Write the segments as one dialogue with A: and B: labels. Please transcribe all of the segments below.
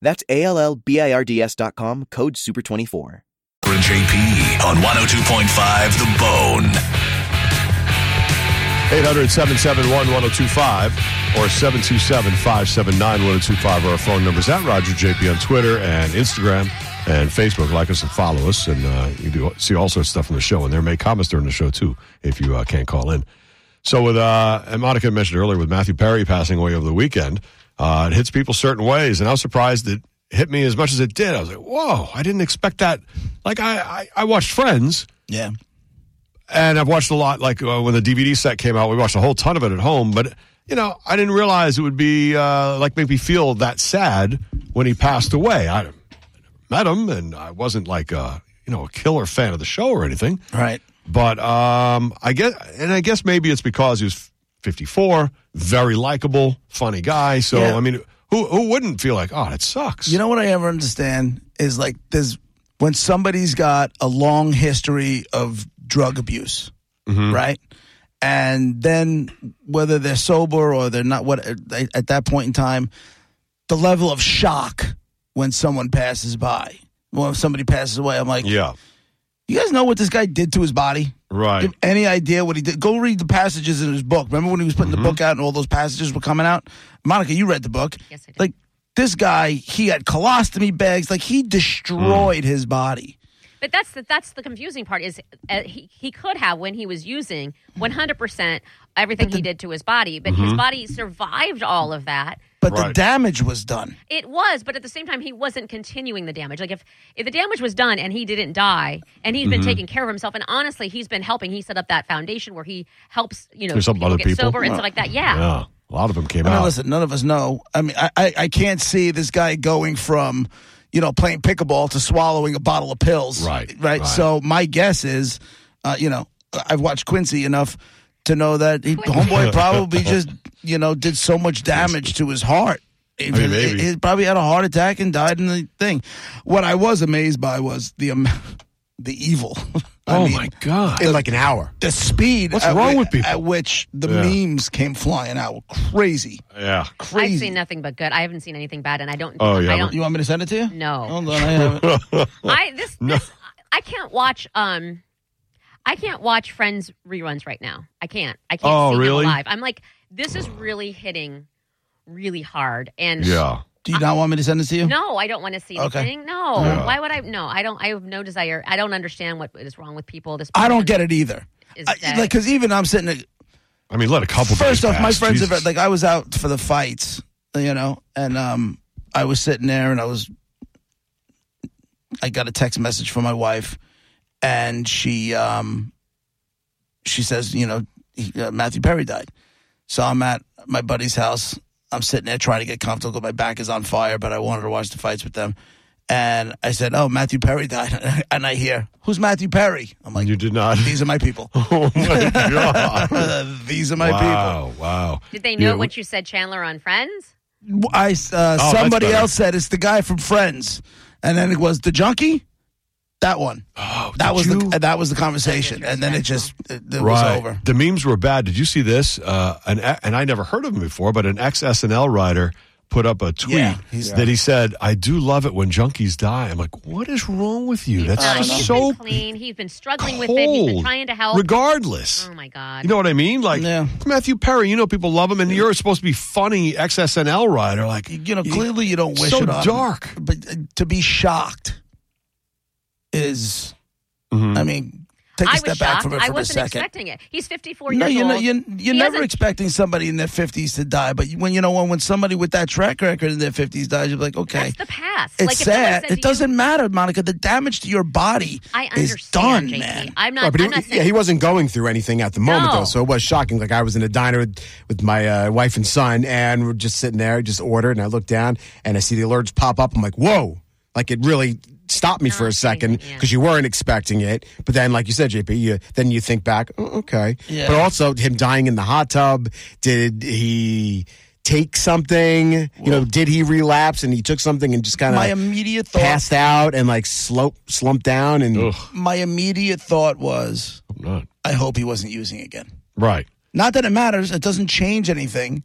A: That's A-L-L-B-I-R-D-S dot com, code SUPER24.
B: Barbara and JP on 102.5 The Bone.
C: 800 771 1025 or 727 579 1025 are oh our phone numbers at Roger JP on Twitter and Instagram and Facebook. Like us and follow us. And uh, you do see all sorts of stuff on the show. And there may comments during the show, too, if you uh, can't call in. So, with, uh, and Monica mentioned earlier, with Matthew Perry passing away over the weekend, uh, it hits people certain ways. And I was surprised it hit me as much as it did. I was like, whoa, I didn't expect that. Like, I, I, I watched Friends.
D: Yeah.
C: And I've watched a lot, like uh, when the DVD set came out, we watched a whole ton of it at home. But, you know, I didn't realize it would be, uh, like, make me feel that sad when he passed away. I met him, and I wasn't, like, uh, you know, a killer fan of the show or anything.
D: Right.
C: But um, I guess, and I guess maybe it's because he was 54, very likable, funny guy. So,
D: Yeah.
C: I mean, who, who wouldn't feel like, oh, that sucks?
D: You know what I ever understand is like there's when somebody's got a long history of drug abuse, right? And then whether they're sober or they're not, what at at that point in time, the level of shock when someone passes by, well, if somebody passes away, I'm like,
C: yeah.
D: you guys know what this guy did to his body?
C: Right.
D: Give any idea what he did? Go read the passages in his book. Remember when he was putting the book out and all those passages were coming out? Monica, you read the book.
E: Yes, I did.
D: Like this guy, he had colostomy bags. Like he destroyed his body.
E: But that's the, that's the confusing part is uh, he, he could have when he was using 100% everything he did to his body, but
C: Mm-hmm.
E: his body survived all of that.
D: But the
C: Right.
D: damage was done.
E: It was, but at the same time, he wasn't continuing the damage. Like if, if the damage was done and he didn't die, and he's been
C: Mm-hmm.
E: taking care of himself, and honestly, he's been helping. He set up that foundation where he helps, you know,
C: He's helping other
E: get
C: people.
E: sober and stuff like that. Yeah.
C: Yeah. A lot of them came
D: I mean,
C: out.
D: listen, none of us know. I mean, I, I, I can't see this guy going from, you know, playing pickleball to swallowing a bottle of pills.
C: Right,
D: Right.
C: right.
D: So my guess is, uh, you know, I've watced Quincy enough to know that he, homeboy probably just, you know, did so much damage to his heart. I
C: mean, maybe.
D: He, he probably had a heart attack and died in the thing. What I was amazed by was the am- the evil. I
C: oh,
D: mean,
C: my God.
F: in like an hour.
D: The speed
C: What's
D: at
C: wrong
D: whi-
C: with people?
D: at which the
C: Yeah.
D: memes came flying out were crazy.
C: Yeah.
E: I've
D: Crazy.
E: seen nothing but good. I haven't seen anything bad, and I don't.
C: Oh, yeah,
E: I don't.
D: You want me to send it to you?
E: No.
D: Hold on, I have it.
E: I this, this I can't watch um I can't watch Friends reruns right now. I can't. I can't
C: Oh,
E: see
C: really?
E: them live. I'm like this is really hitting really hard and
C: Yeah.
D: Do you not want me to send it to you?
E: no, I don't want to see
D: Okay.
E: anything. No.
C: Yeah.
E: Why would I no, I don't I have no desire. I don't understand what is wrong with people. This
D: I don't
E: person
D: get it either.
E: is
D: I,
E: dead.
D: like, because even I'm sitting. There,
C: I mean, let a couple.
D: first
C: days
D: off, my
C: pass.
D: friends
C: Jesus.
D: have like I was out for the fights, you know, and um, I was sitting there and I was. I got a text message from my wife, and she um, she says, you know, he, uh, Matthew Perry died. So I'm at my buddy's house. I'm sitting there trying to get comfortable. My back is on fire, but I wanted to watch the fights with them. And I said, "Oh, Matthew Perry died," and I hear, "Who's Matthew Perry?" I'm like,
C: you did not.
D: "These are my people.
C: oh my god!
D: These are my people."
C: wow, wow.
E: Did they know
C: Yeah,
E: what you said Chandler on Friends?
D: I uh,
C: Oh, that's
D: somebody
C: better.
D: else said it's the guy from Friends, and then it was the junkie. That one. Oh, that
C: did
D: was
C: you-
D: the that was the conversation, and then it just it, it was
C: Right.
D: over.
C: The memes were bad. Did you see this? Uh, an and I never heard of him before, but an ex SNL writer put up a tweet
D: Yeah,
C: that he said, "I do love it when junkies die." I'm like, what is wrong with you? That's
E: No, he's
C: so
E: been clean. He's been struggling
C: cold.
E: with it. He's been trying to help.
C: Regardless.
E: oh my god.
C: You know what I mean? Like
D: Yeah.
C: Matthew Perry, you know people love him, and you're supposed to be funny ex SNL writer. Like
D: You know, clearly you don't wish
C: so
D: it on.
C: dark.
D: but uh, to be shocked is,
C: Hmm.
D: I mean, take a
E: I
D: step
E: was
D: back
E: shocked.
D: from it
E: I
D: for a
E: wasn't
D: second.
E: expecting it. He's 54
D: No,
E: years
D: you're,
E: old.
D: not, you're, you're
E: He
D: never
E: hasn't-
D: expecting somebody in their 50s to die, but when you know when, when somebody with that track record in their 50s dies, you're like, okay.
E: That's the past.
D: It's
E: Like, if someone
D: sad.
E: said to
D: It
E: you-
D: doesn't matter, Monica. The damage to your body
E: I
D: is done,
E: understand, JP.
D: man.
E: I'm not.
F: Right, but
E: I'm not
F: he,
E: saying
F: yeah, he wasn't going through anything at the moment,
E: No.
F: though, so it was shocking. Like I was in a diner with, with my uh, wife and son, and we're just sitting there, just ordered, and I look down and I see the alerts pop up. I'm like, "Whoa, Like it really stopped me for a second
E: yeah.
F: because you weren't expecting it. But then, like you said, JP, you, then you think back, "Oh, okay.
D: Yeah.
F: But also him dying in the hot tub. Did he take something? you know, did he relapse and he took something and just kind
D: My
E: um,
F: of
D: immediate thought.
F: passed out and like slope slumped down and
C: Ugh,
D: My immediate thought was,
C: I'm not.
D: I hope he wasn't using again.
C: Right.
D: Not that it matters. It doesn't change anything.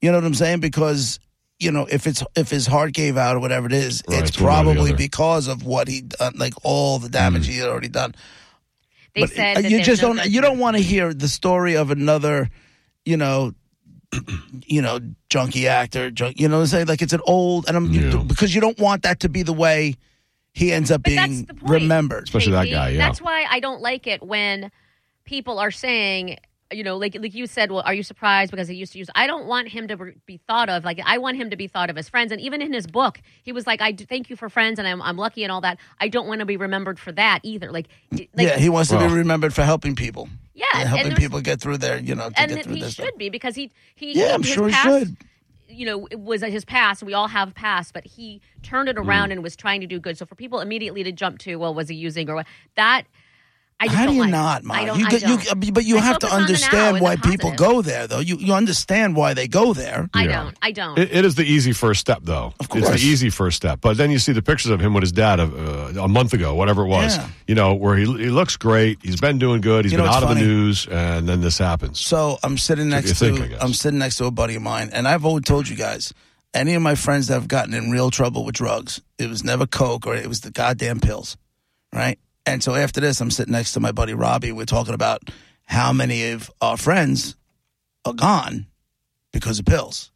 D: You know what I'm saying? Because you know, if it's if his heart gave out or whatever it is,
C: Right,
D: it's
C: it's one or the
D: probably
C: other. Mm.
D: because of what he done, like all the damage he had already done.
E: They said
D: uh,
E: that
D: you
E: there's
D: just
E: no
D: don't
E: judgment.
D: you don't want to hear the story of another, you know, you know, junkie actor. Junk, you know, what I'm saying like it's an old and I'm
C: Yeah.
D: because you don't want that to be the way he ends up
E: But that's
D: being
E: the point.
D: remembered.
C: Especially that
E: JP.
C: guy, yeah.
E: That's why I don't like it when people are saying, you know, like like you said, well, are you surprised because he used to use? I don't want him to re- be thought of like I want him to be thought of as friends. And even in his book, he was like, I do, thank you for friends, and I'm I'm lucky and all that. I don't want to be remembered for that either. Like, d- like
D: yeah, he wants to
C: Well.
D: be remembered for helping people.
E: Yeah,
D: and
E: and
D: helping
E: there's-
D: people get through their, you know, to
E: and
D: get
E: that
D: through
E: he
D: this.
E: should
D: stuff.
E: be because he he
D: Yeah, I'm
E: his
D: sure he
E: past,
D: should.
E: You know, it was his past. We all have past, but he turned it around
D: Hmm.
E: and was trying to do good. So for people immediately to jump to, well, was he using or what? That I just
D: How
E: don't
D: do you
E: like.
D: not, Mom?
E: I don't.
D: you, uh,
E: I
D: get- you-
E: don't.
D: but you
E: I
D: have to
E: focus on the now
D: understand
E: and
D: why
E: the
D: people
E: positive.
D: go there, though. You you understand why they go there.
E: I
C: Yeah.
E: don't. I don't.
C: It, it is the easy first step, though.
D: Of
C: It's
D: course.
C: the easy first step. But then you see the pictures of him with his dad of, uh, a month ago, whatever it was,
D: Yeah.
C: you know, where he, he looks great. He's been doing good. He's
D: You know
C: been
D: what's
C: out of the
D: funny?
C: news. And then this happens.
D: So I'm sitting
C: you
D: next
C: think, I
D: to
C: guess.
D: I'm sitting next to a buddy of mine, and I've always told you guys, any of my friends that have gotten in real trouble with drugs, it was never coke or it was the goddamn pills, right? And so after this, I'm sitting next to my buddy Robbie. We're talking about how many of our friends are gone because of pills,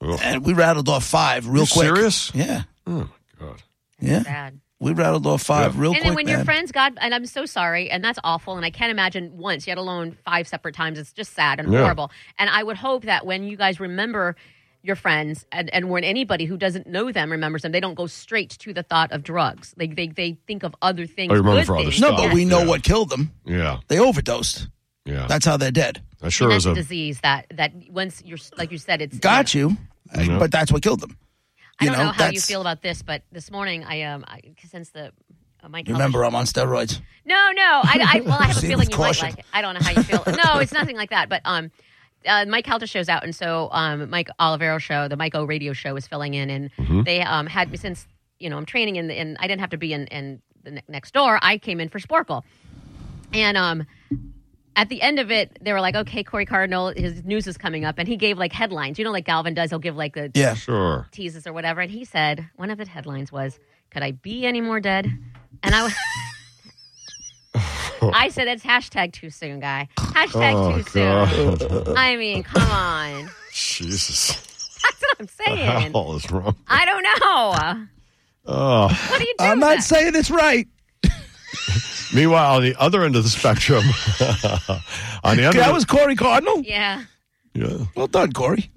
C: Ugh.
D: and we rattled off five real
C: You
D: quick.
C: serious?
D: Yeah,
C: Oh, my God.
D: yeah.
E: Sad.
D: We rattled off five
C: Yeah.
D: real
E: and
D: quick.
E: then when your
D: man.
E: friends got and i'm so sorry and that's awful and i can't imagine once yet alone five separate times it's just sad and
C: Yeah.
E: horrible and i would hope that when you guys remember your friends and, and when anybody who doesn't know them remembers them they don't go straight to the thought of drugs they they, they think of other things
C: Oh, you remember
E: good
C: for other
E: things.
D: no,
C: stuff.
D: but we know
C: Yeah.
D: what killed them.
C: Yeah.
D: They overdosed.
C: Yeah.
D: That's how they're dead.
C: that
E: And
C: sure
E: that's
C: is
E: a
C: a.
E: disease that that once you're like you said it's
D: Got you,
C: Yeah.
D: but that's what killed them.
E: i
D: You
E: don't
D: know,
E: know, how you
D: that's-
E: feel about this but this morning i um I, since the uh, my college-
D: Remember, I'm on steroids.
E: No, no. I, I well, I have a
D: Proceed
E: feeling
D: with
E: you
D: caution.
E: might like it. I don't know how you feel. No, it's nothing like that. But um, uh, Mike Halter show's out, and so um, Mike Olivero show, the Mike O Radio show, is filling in, and they um had me since you know I'm training, and and I didn't have to be in in the ne- next door. I came in for Sporkle, and um. At the end of it, they were like, "Okay, Corey Cardinal, his news is coming up," and he gave like headlines. You know, like Galvin does, he'll give like the
D: Yeah.
C: Sure.
E: teases or whatever, and he said one of the headlines was, "Could I be any more dead?" And I was, I said, "It's hashtag too soon, guy. Hashtag too soon." I mean, come on.
C: Jesus.
E: That's what I'm
C: How
E: saying.
C: is wrong?
E: I don't know.
C: Oh.
E: What do you do?
D: I'm
E: with
D: not
E: that?
D: saying it's right.
C: Meanwhile, on the other end of the spectrum, on the other,
D: That was Corey Cardinal.
E: Yeah.
C: yeah.
D: Well done, Corey.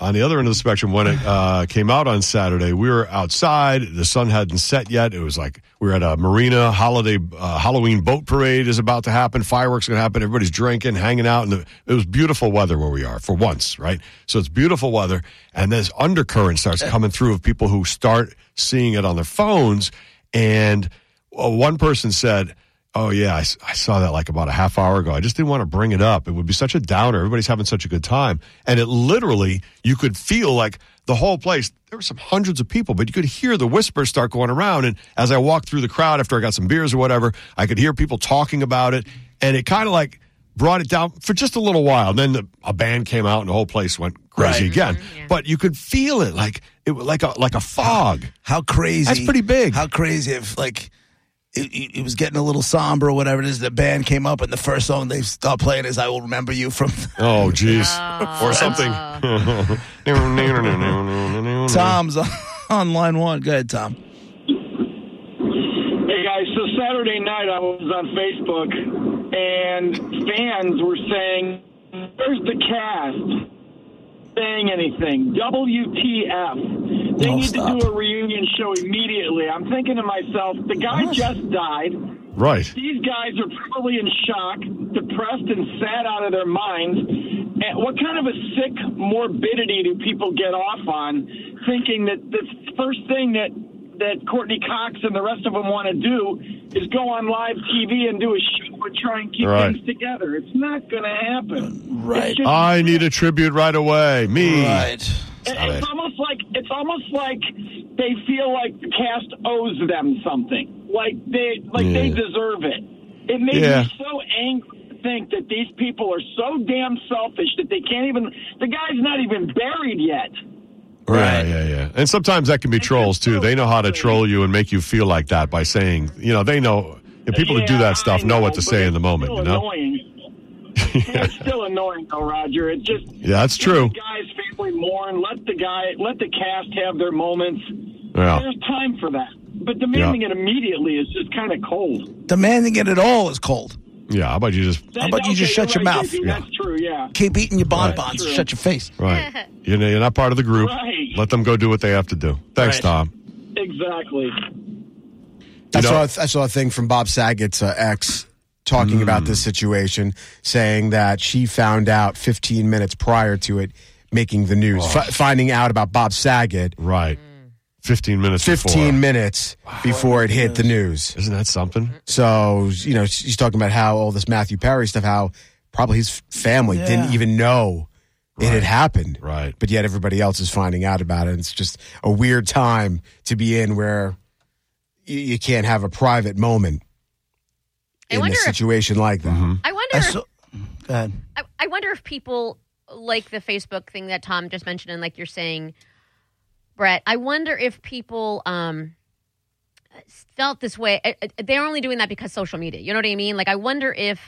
C: on the other end of the spectrum, when it uh, came out on Saturday, we were outside. The sun hadn't set yet. It was like we were at a marina. Holiday uh, Halloween boat parade is about to happen. Fireworks going to happen. Everybody's drinking, hanging out, and the, it was beautiful weather where we are for once, right? So it's beautiful weather, and this undercurrent starts coming through of people who start seeing it on their phones, and uh, one person said. Oh yeah, I, s- I saw that like about a half hour ago. I just didn't want to bring it up. It would be such a downer. Everybody's having such a good time, and it literally you could feel like the whole place. There were some hundreds of people, but you could hear the whispers start going around. And as I walked through the crowd after I got some beers or whatever, I could hear people talking about it, and it kind of like brought it down for just a little while. Then the, a band came out, and the whole place went crazy
D: Right.
C: again. But you could feel it like it was like a like a fog.
D: How crazy.
C: That's pretty big.
D: How crazy if, like, it, it- it was getting a little somber or whatever it is. The band came up, and the first song they start playing is I Will Remember You from
C: Oh jeez, or something.
D: Tom's on, on line one. Go ahead, Tom.
G: Hey guys, so Saturday night I was on Facebook and fans were saying, Where's the cast saying anything? WTF. They
D: Oh,
G: need
D: stop.
G: to do a reunion show immediately. I'm thinking to myself, the guy
D: What?
G: just died.
C: Right.
G: These guys are probably in shock, depressed, and sad out of their minds. And what kind of a sick morbidity do people get off on thinking that the first thing that that Courtney Cox and the rest of them want to do is go on live TV and do a show and try and keep
C: Right.
G: things together. It's not going to happen.
D: Right.
G: It's just-
C: I need a tribute right away.
D: Mm.
C: Me.
D: Right.
G: it-
C: Stop
G: it's
C: it.
G: almost like it's almost like they feel like the cast owes them something. Like they like they deserve it. It made
C: Yeah.
G: me so angry to think that these people are so damn selfish that they can't even the guy's not even buried yet.
C: Yeah, yeah, yeah. And sometimes that can be trolls too. They know how to troll you and make you feel like that by saying, you know, they know and people that do
G: Yeah,
C: that stuff
G: I
C: know, what to
G: but
C: say in
G: it's
C: the moment,
G: still
C: you know.
G: Annoying. it's still annoying though, Roger. It just
C: Yeah, that's
G: let
C: true.
G: The guy's family mourn. Let the guy, let the cast have their moments.
C: Yeah.
G: There's time for that. But demanding
C: Yeah.
G: it immediately is just kind of cold.
D: Demanding it at all is cold.
C: Yeah, how about you just
G: That-
D: How about you
G: okay,
D: just shut
G: you're
D: your
G: right,
D: mouth?
G: JP, That's true. Yeah.
D: Keep eating your bonbons.
G: True.
D: Shut your face.
C: right? You know, you're not part of the group.
G: Right.
C: Let them go do what they have to do. Thanks,
D: Right.
C: Tom.
G: Exactly.
F: I
C: You know-
F: saw, I saw a thing from Bob Saget's uh, ex talking
C: Hmm.
F: about this situation, saying that she found out 15 minutes prior to it making the
C: Oh.
F: news, Fi- finding out about Bob Saget
C: Right. Fifteen minutes.
F: 15
C: before.
F: minutes before it hit the news.
C: Isn't that something?
F: Mm-hmm. So, you know, she's talking about how all this Matthew Perry stuff, how probably his family
D: Yeah.
F: didn't even know it had happened.
C: Right.
F: But yet everybody else is finding out about it. It's just a weird time to be in where you, you can't have a private moment
E: I
F: in a
E: wonder if-
F: situation like that.
C: Mm-hmm.
E: I wonder.
D: I
E: if
D: saw- Go ahead.
E: I, I wonder if people like the Facebook thing that Tom just mentioned, and like you're saying, Brett. I wonder if people um, felt this way. I- I- They're only doing that because social media. You know what I mean? Like, I wonder if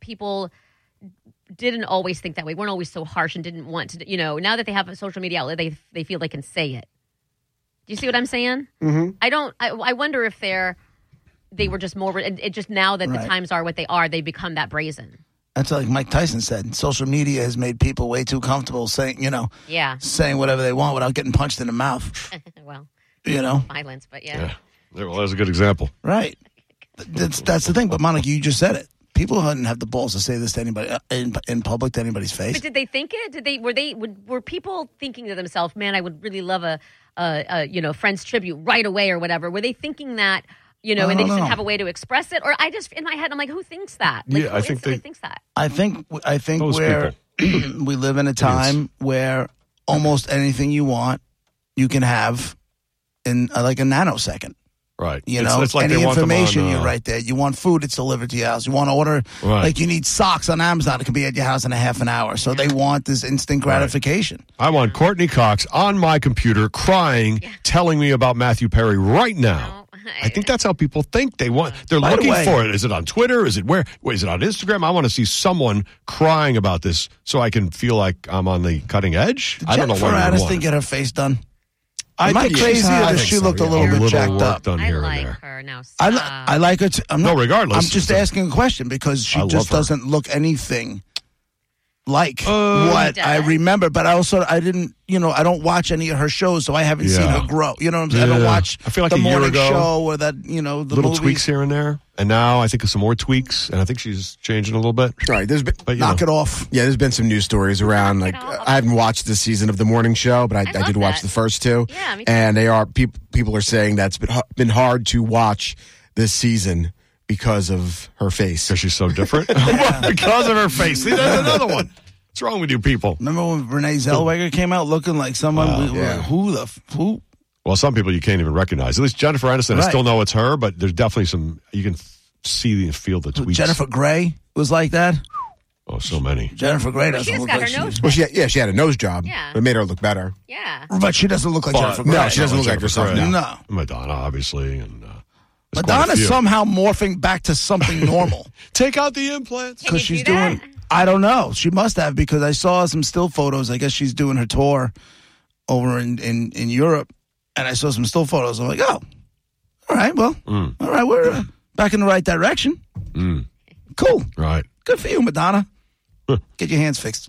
E: people didn't always think that way. weren't always so harsh and didn't want to. You know, now that they have a social media outlet, they they feel they can say it. Do you see what I'm saying? Mm-hmm. I don't. I, I wonder if they're they were just more. It, it just now that the
D: Right.
E: times are what they are, they become that brazen.
D: That's like Mike Tyson said. Social media has made people way too comfortable saying, you know,
E: Yeah.
D: saying whatever they want without getting punched in the mouth.
E: well,
D: You know,
E: violence, but yeah.
C: Yeah. There- Well, there's a good example.
D: right? That's that's the thing. But Monica, you just said it. People didn't have the balls to say this to anybody uh, in in public to anybody's face.
E: But did they think it? Did they were they would, were people thinking to themselves, "Man, I would really love a, a, a you know Friends tribute right away or whatever"? Were they thinking that you know,
D: I
E: and they
D: don't
E: just didn't
D: know.
E: have a way to express it? Or I just in my head, I'm like, who thinks that? Like,
C: Yeah,
E: who
C: I think
E: instantly
C: they-
E: thinks that.
D: I think I think
C: Those
D: where we live in a time where almost anything you want you can have in uh, like a nanosecond.
C: Right.
D: You
C: It's-
D: know,
C: it's like
D: any
C: they want them on,
D: information
C: uh,
D: you're right there. You want food, it's delivered to your house. You want to order
C: Right.
D: like you need socks on Amazon, it can be at your house in a half an hour. So they want this instant gratification.
C: I want Courtney Cox on my computer crying, telling me about Matthew Perry right now. I
E: Oh,
C: think that's how people think they want. They're
D: By the
C: looking
D: way-
C: for it. Is it on Twitter? Is it where? wait, Is it on Instagram? I want to see someone crying about this so I can feel like I'm on the cutting edge. I don't know
D: Jennifer
C: what I
D: Aniston
C: want.
D: get her face done.
C: I
D: Am I
C: think she's
D: crazy
C: hot.
D: or
C: I
D: does
C: think
D: she
C: so,
D: looked a
C: yeah.
D: little
C: a
D: bit
C: little
D: jacked
C: work
D: up?
C: done
E: I
C: here
E: like
C: and there.
E: her now.
D: I, li-
E: stop.
D: I like her. T- I'm
C: Ah. No,
D: not,
C: regardless,
D: I'm just
C: it's a-
D: asking a question because she
C: I love
D: just
C: her.
D: doesn't look anything like
C: Uh,
D: what
E: She
D: I
E: does.
D: remember. But I also I didn't, you know, I don't watch any of her shows, so I haven't seen
C: Yeah.
D: her grow. You know, what I'm saying? I don't
C: Yeah.
D: watch
C: I feel like
D: the
C: a year
D: morning
C: ago,
D: show or that, you know, the
C: little
D: movies.
C: tweaks here and there, and now I think of some more tweaks, and I think she's changing a little bit.
F: Right. There's been,
C: But you
D: Knock
C: know,
D: it off.
F: yeah, there's been some news stories around. Like,
E: off.
F: I haven't watched this season of The Morning Show, but I, I,
E: love
F: did watch
E: that.
F: the first two.
E: Yeah, me too.
F: and they are peop people are saying that's been, h- been hard to watch this season because of her face.
C: because she's so different because of her face. See, there's another one. What's wrong with you people?
D: Remember when Renee Zellweger came out looking like someone? we were
F: yeah.
D: like, who the f- who?
C: Well, some people you can't even recognize. At least Jennifer Aniston, I
D: Right.
C: still know it's her, but there's definitely some you can see and feel the tweets.
D: Jennifer Grey was like that.
C: oh, so many.
D: Jennifer Grey doesn't
E: she just
D: look
E: got
D: like
E: her
D: she-
E: nose.
F: Well, she had, yeah, she had a nose job.
E: Yeah.
F: but It made her look better.
E: Yeah.
D: but she doesn't look like
C: But-
D: Jennifer Grey.
F: No, she doesn't look like herself.
C: Grey.
F: No.
D: No.
C: Madonna, obviously, and uh, there's quite a
D: Madonna's
C: few.
D: somehow morphing back to something normal.
C: take out the implants.
E: Can you
D: because she's
E: do that?
D: doing. I don't know. She must have because I saw some still photos. I guess she's doing her tour over in in, in Europe, and I saw some still photos. I'm like, oh, all right, well,
F: Mm.
D: all right, we're uh, back in the right direction. Cool,
C: Right.
D: good for you, Madonna. Get your hands fixed.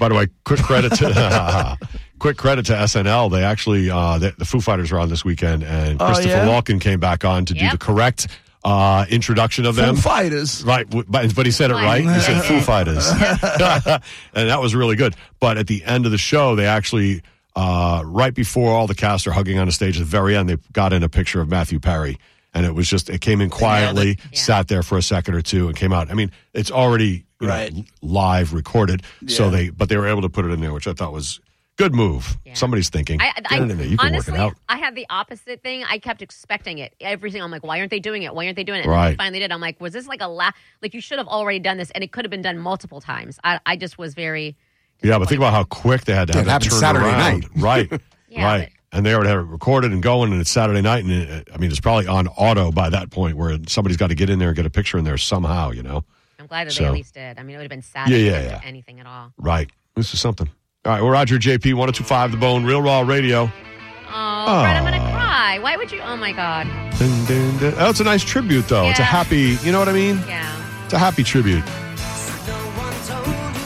C: By the way, quick credit to quick credit to SNL. They actually uh, the, the Foo Fighters were on this weekend, and
D: Oh,
C: Christopher
D: yeah?
C: Walken came back on to do
E: Yep.
C: the correct uh, introduction of them.
D: Foo Fighters.
C: Right, w- but, but he said it right. He said Foo Fighters, and that was really good. But at the end of the show, they actually uh, right before all the cast are hugging on the stage at the very end, they got in a picture of Matthew Perry. And it was just, it came in quietly,
E: Yeah.
C: sat there for a second or two, and came out. I mean, it's already you know,
D: Right.
C: l- live recorded. So
D: Yeah.
C: they, but they were able to put it in there, which I thought was good move.
E: Yeah.
C: Somebody's thinking,
E: I,
C: get
E: I,
C: it in there. You can
E: honestly,
C: work it out.
E: I had the opposite thing. I kept expecting it. Everything. I'm like, why aren't they doing it? Why aren't they doing it? And then
C: Right.
E: they finally did. I'm like, was this like a la- like you should have already done this, and it could have been done multiple times. I, I just was very.
C: Yeah, but think about how quick they had to
F: Yeah,
C: have
F: it
C: that
F: happened
C: turned around.
F: Saturday
C: Right.
E: Yeah,
C: right. And they already had it recorded and going, and it's Saturday night, and it, I mean, it's probably on auto by that point where somebody's got to get in there and get a picture in there somehow, you know?
E: I'm glad that
C: So-
E: they at least did. I mean, it would have been sad.
C: Yeah,
E: if they
C: yeah,
E: didn't
C: yeah.
E: do Anything at all.
C: Right. This is something. All right, we're Roger JP, 1025 The Bone, Real Raw Radio.
E: Oh, Brett, I'm gonna cry. Why would you? Oh my God.
C: Dun, dun, dun. Oh, it's a nice tribute, though. It's a
E: Yeah.
C: happy, you know what I mean?
E: Yeah.
C: It's a happy tribute.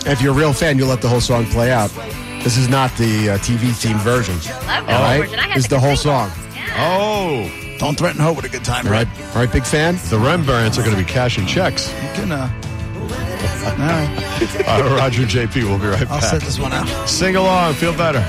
F: If you're a real fan, you'll let the whole song play out. This is not the uh, TV themed version.
E: Love that
F: All right.
E: version. I had
F: It's the whole
E: single.
F: song.
E: Yeah.
C: Oh,
D: Don't threaten her with a good time,
F: All right,
D: right?
F: all right, big fan.
C: the Rembrandts are going to be cashing checks.
D: You can, uh, all right.
C: All right, Roger JP, we'll be right
D: I'll set
C: back.
D: this one out.
C: Sing along, feel better.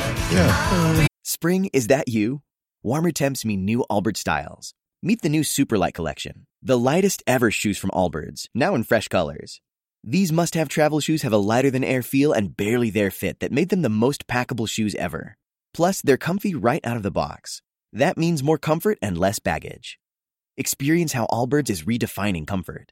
A: Spring, is that you? Warmer temps mean new Allbirds styles. Meet the new Superlight collection, the lightest ever shoes from Allbirds, now in fresh colors. These must have travel shoes have a lighter than air feel and barely their fit that made them the most packable shoes ever. Plus, they're comfy right out of the box. That means more comfort and less baggage. Experience how Allbirds is redefining comfort.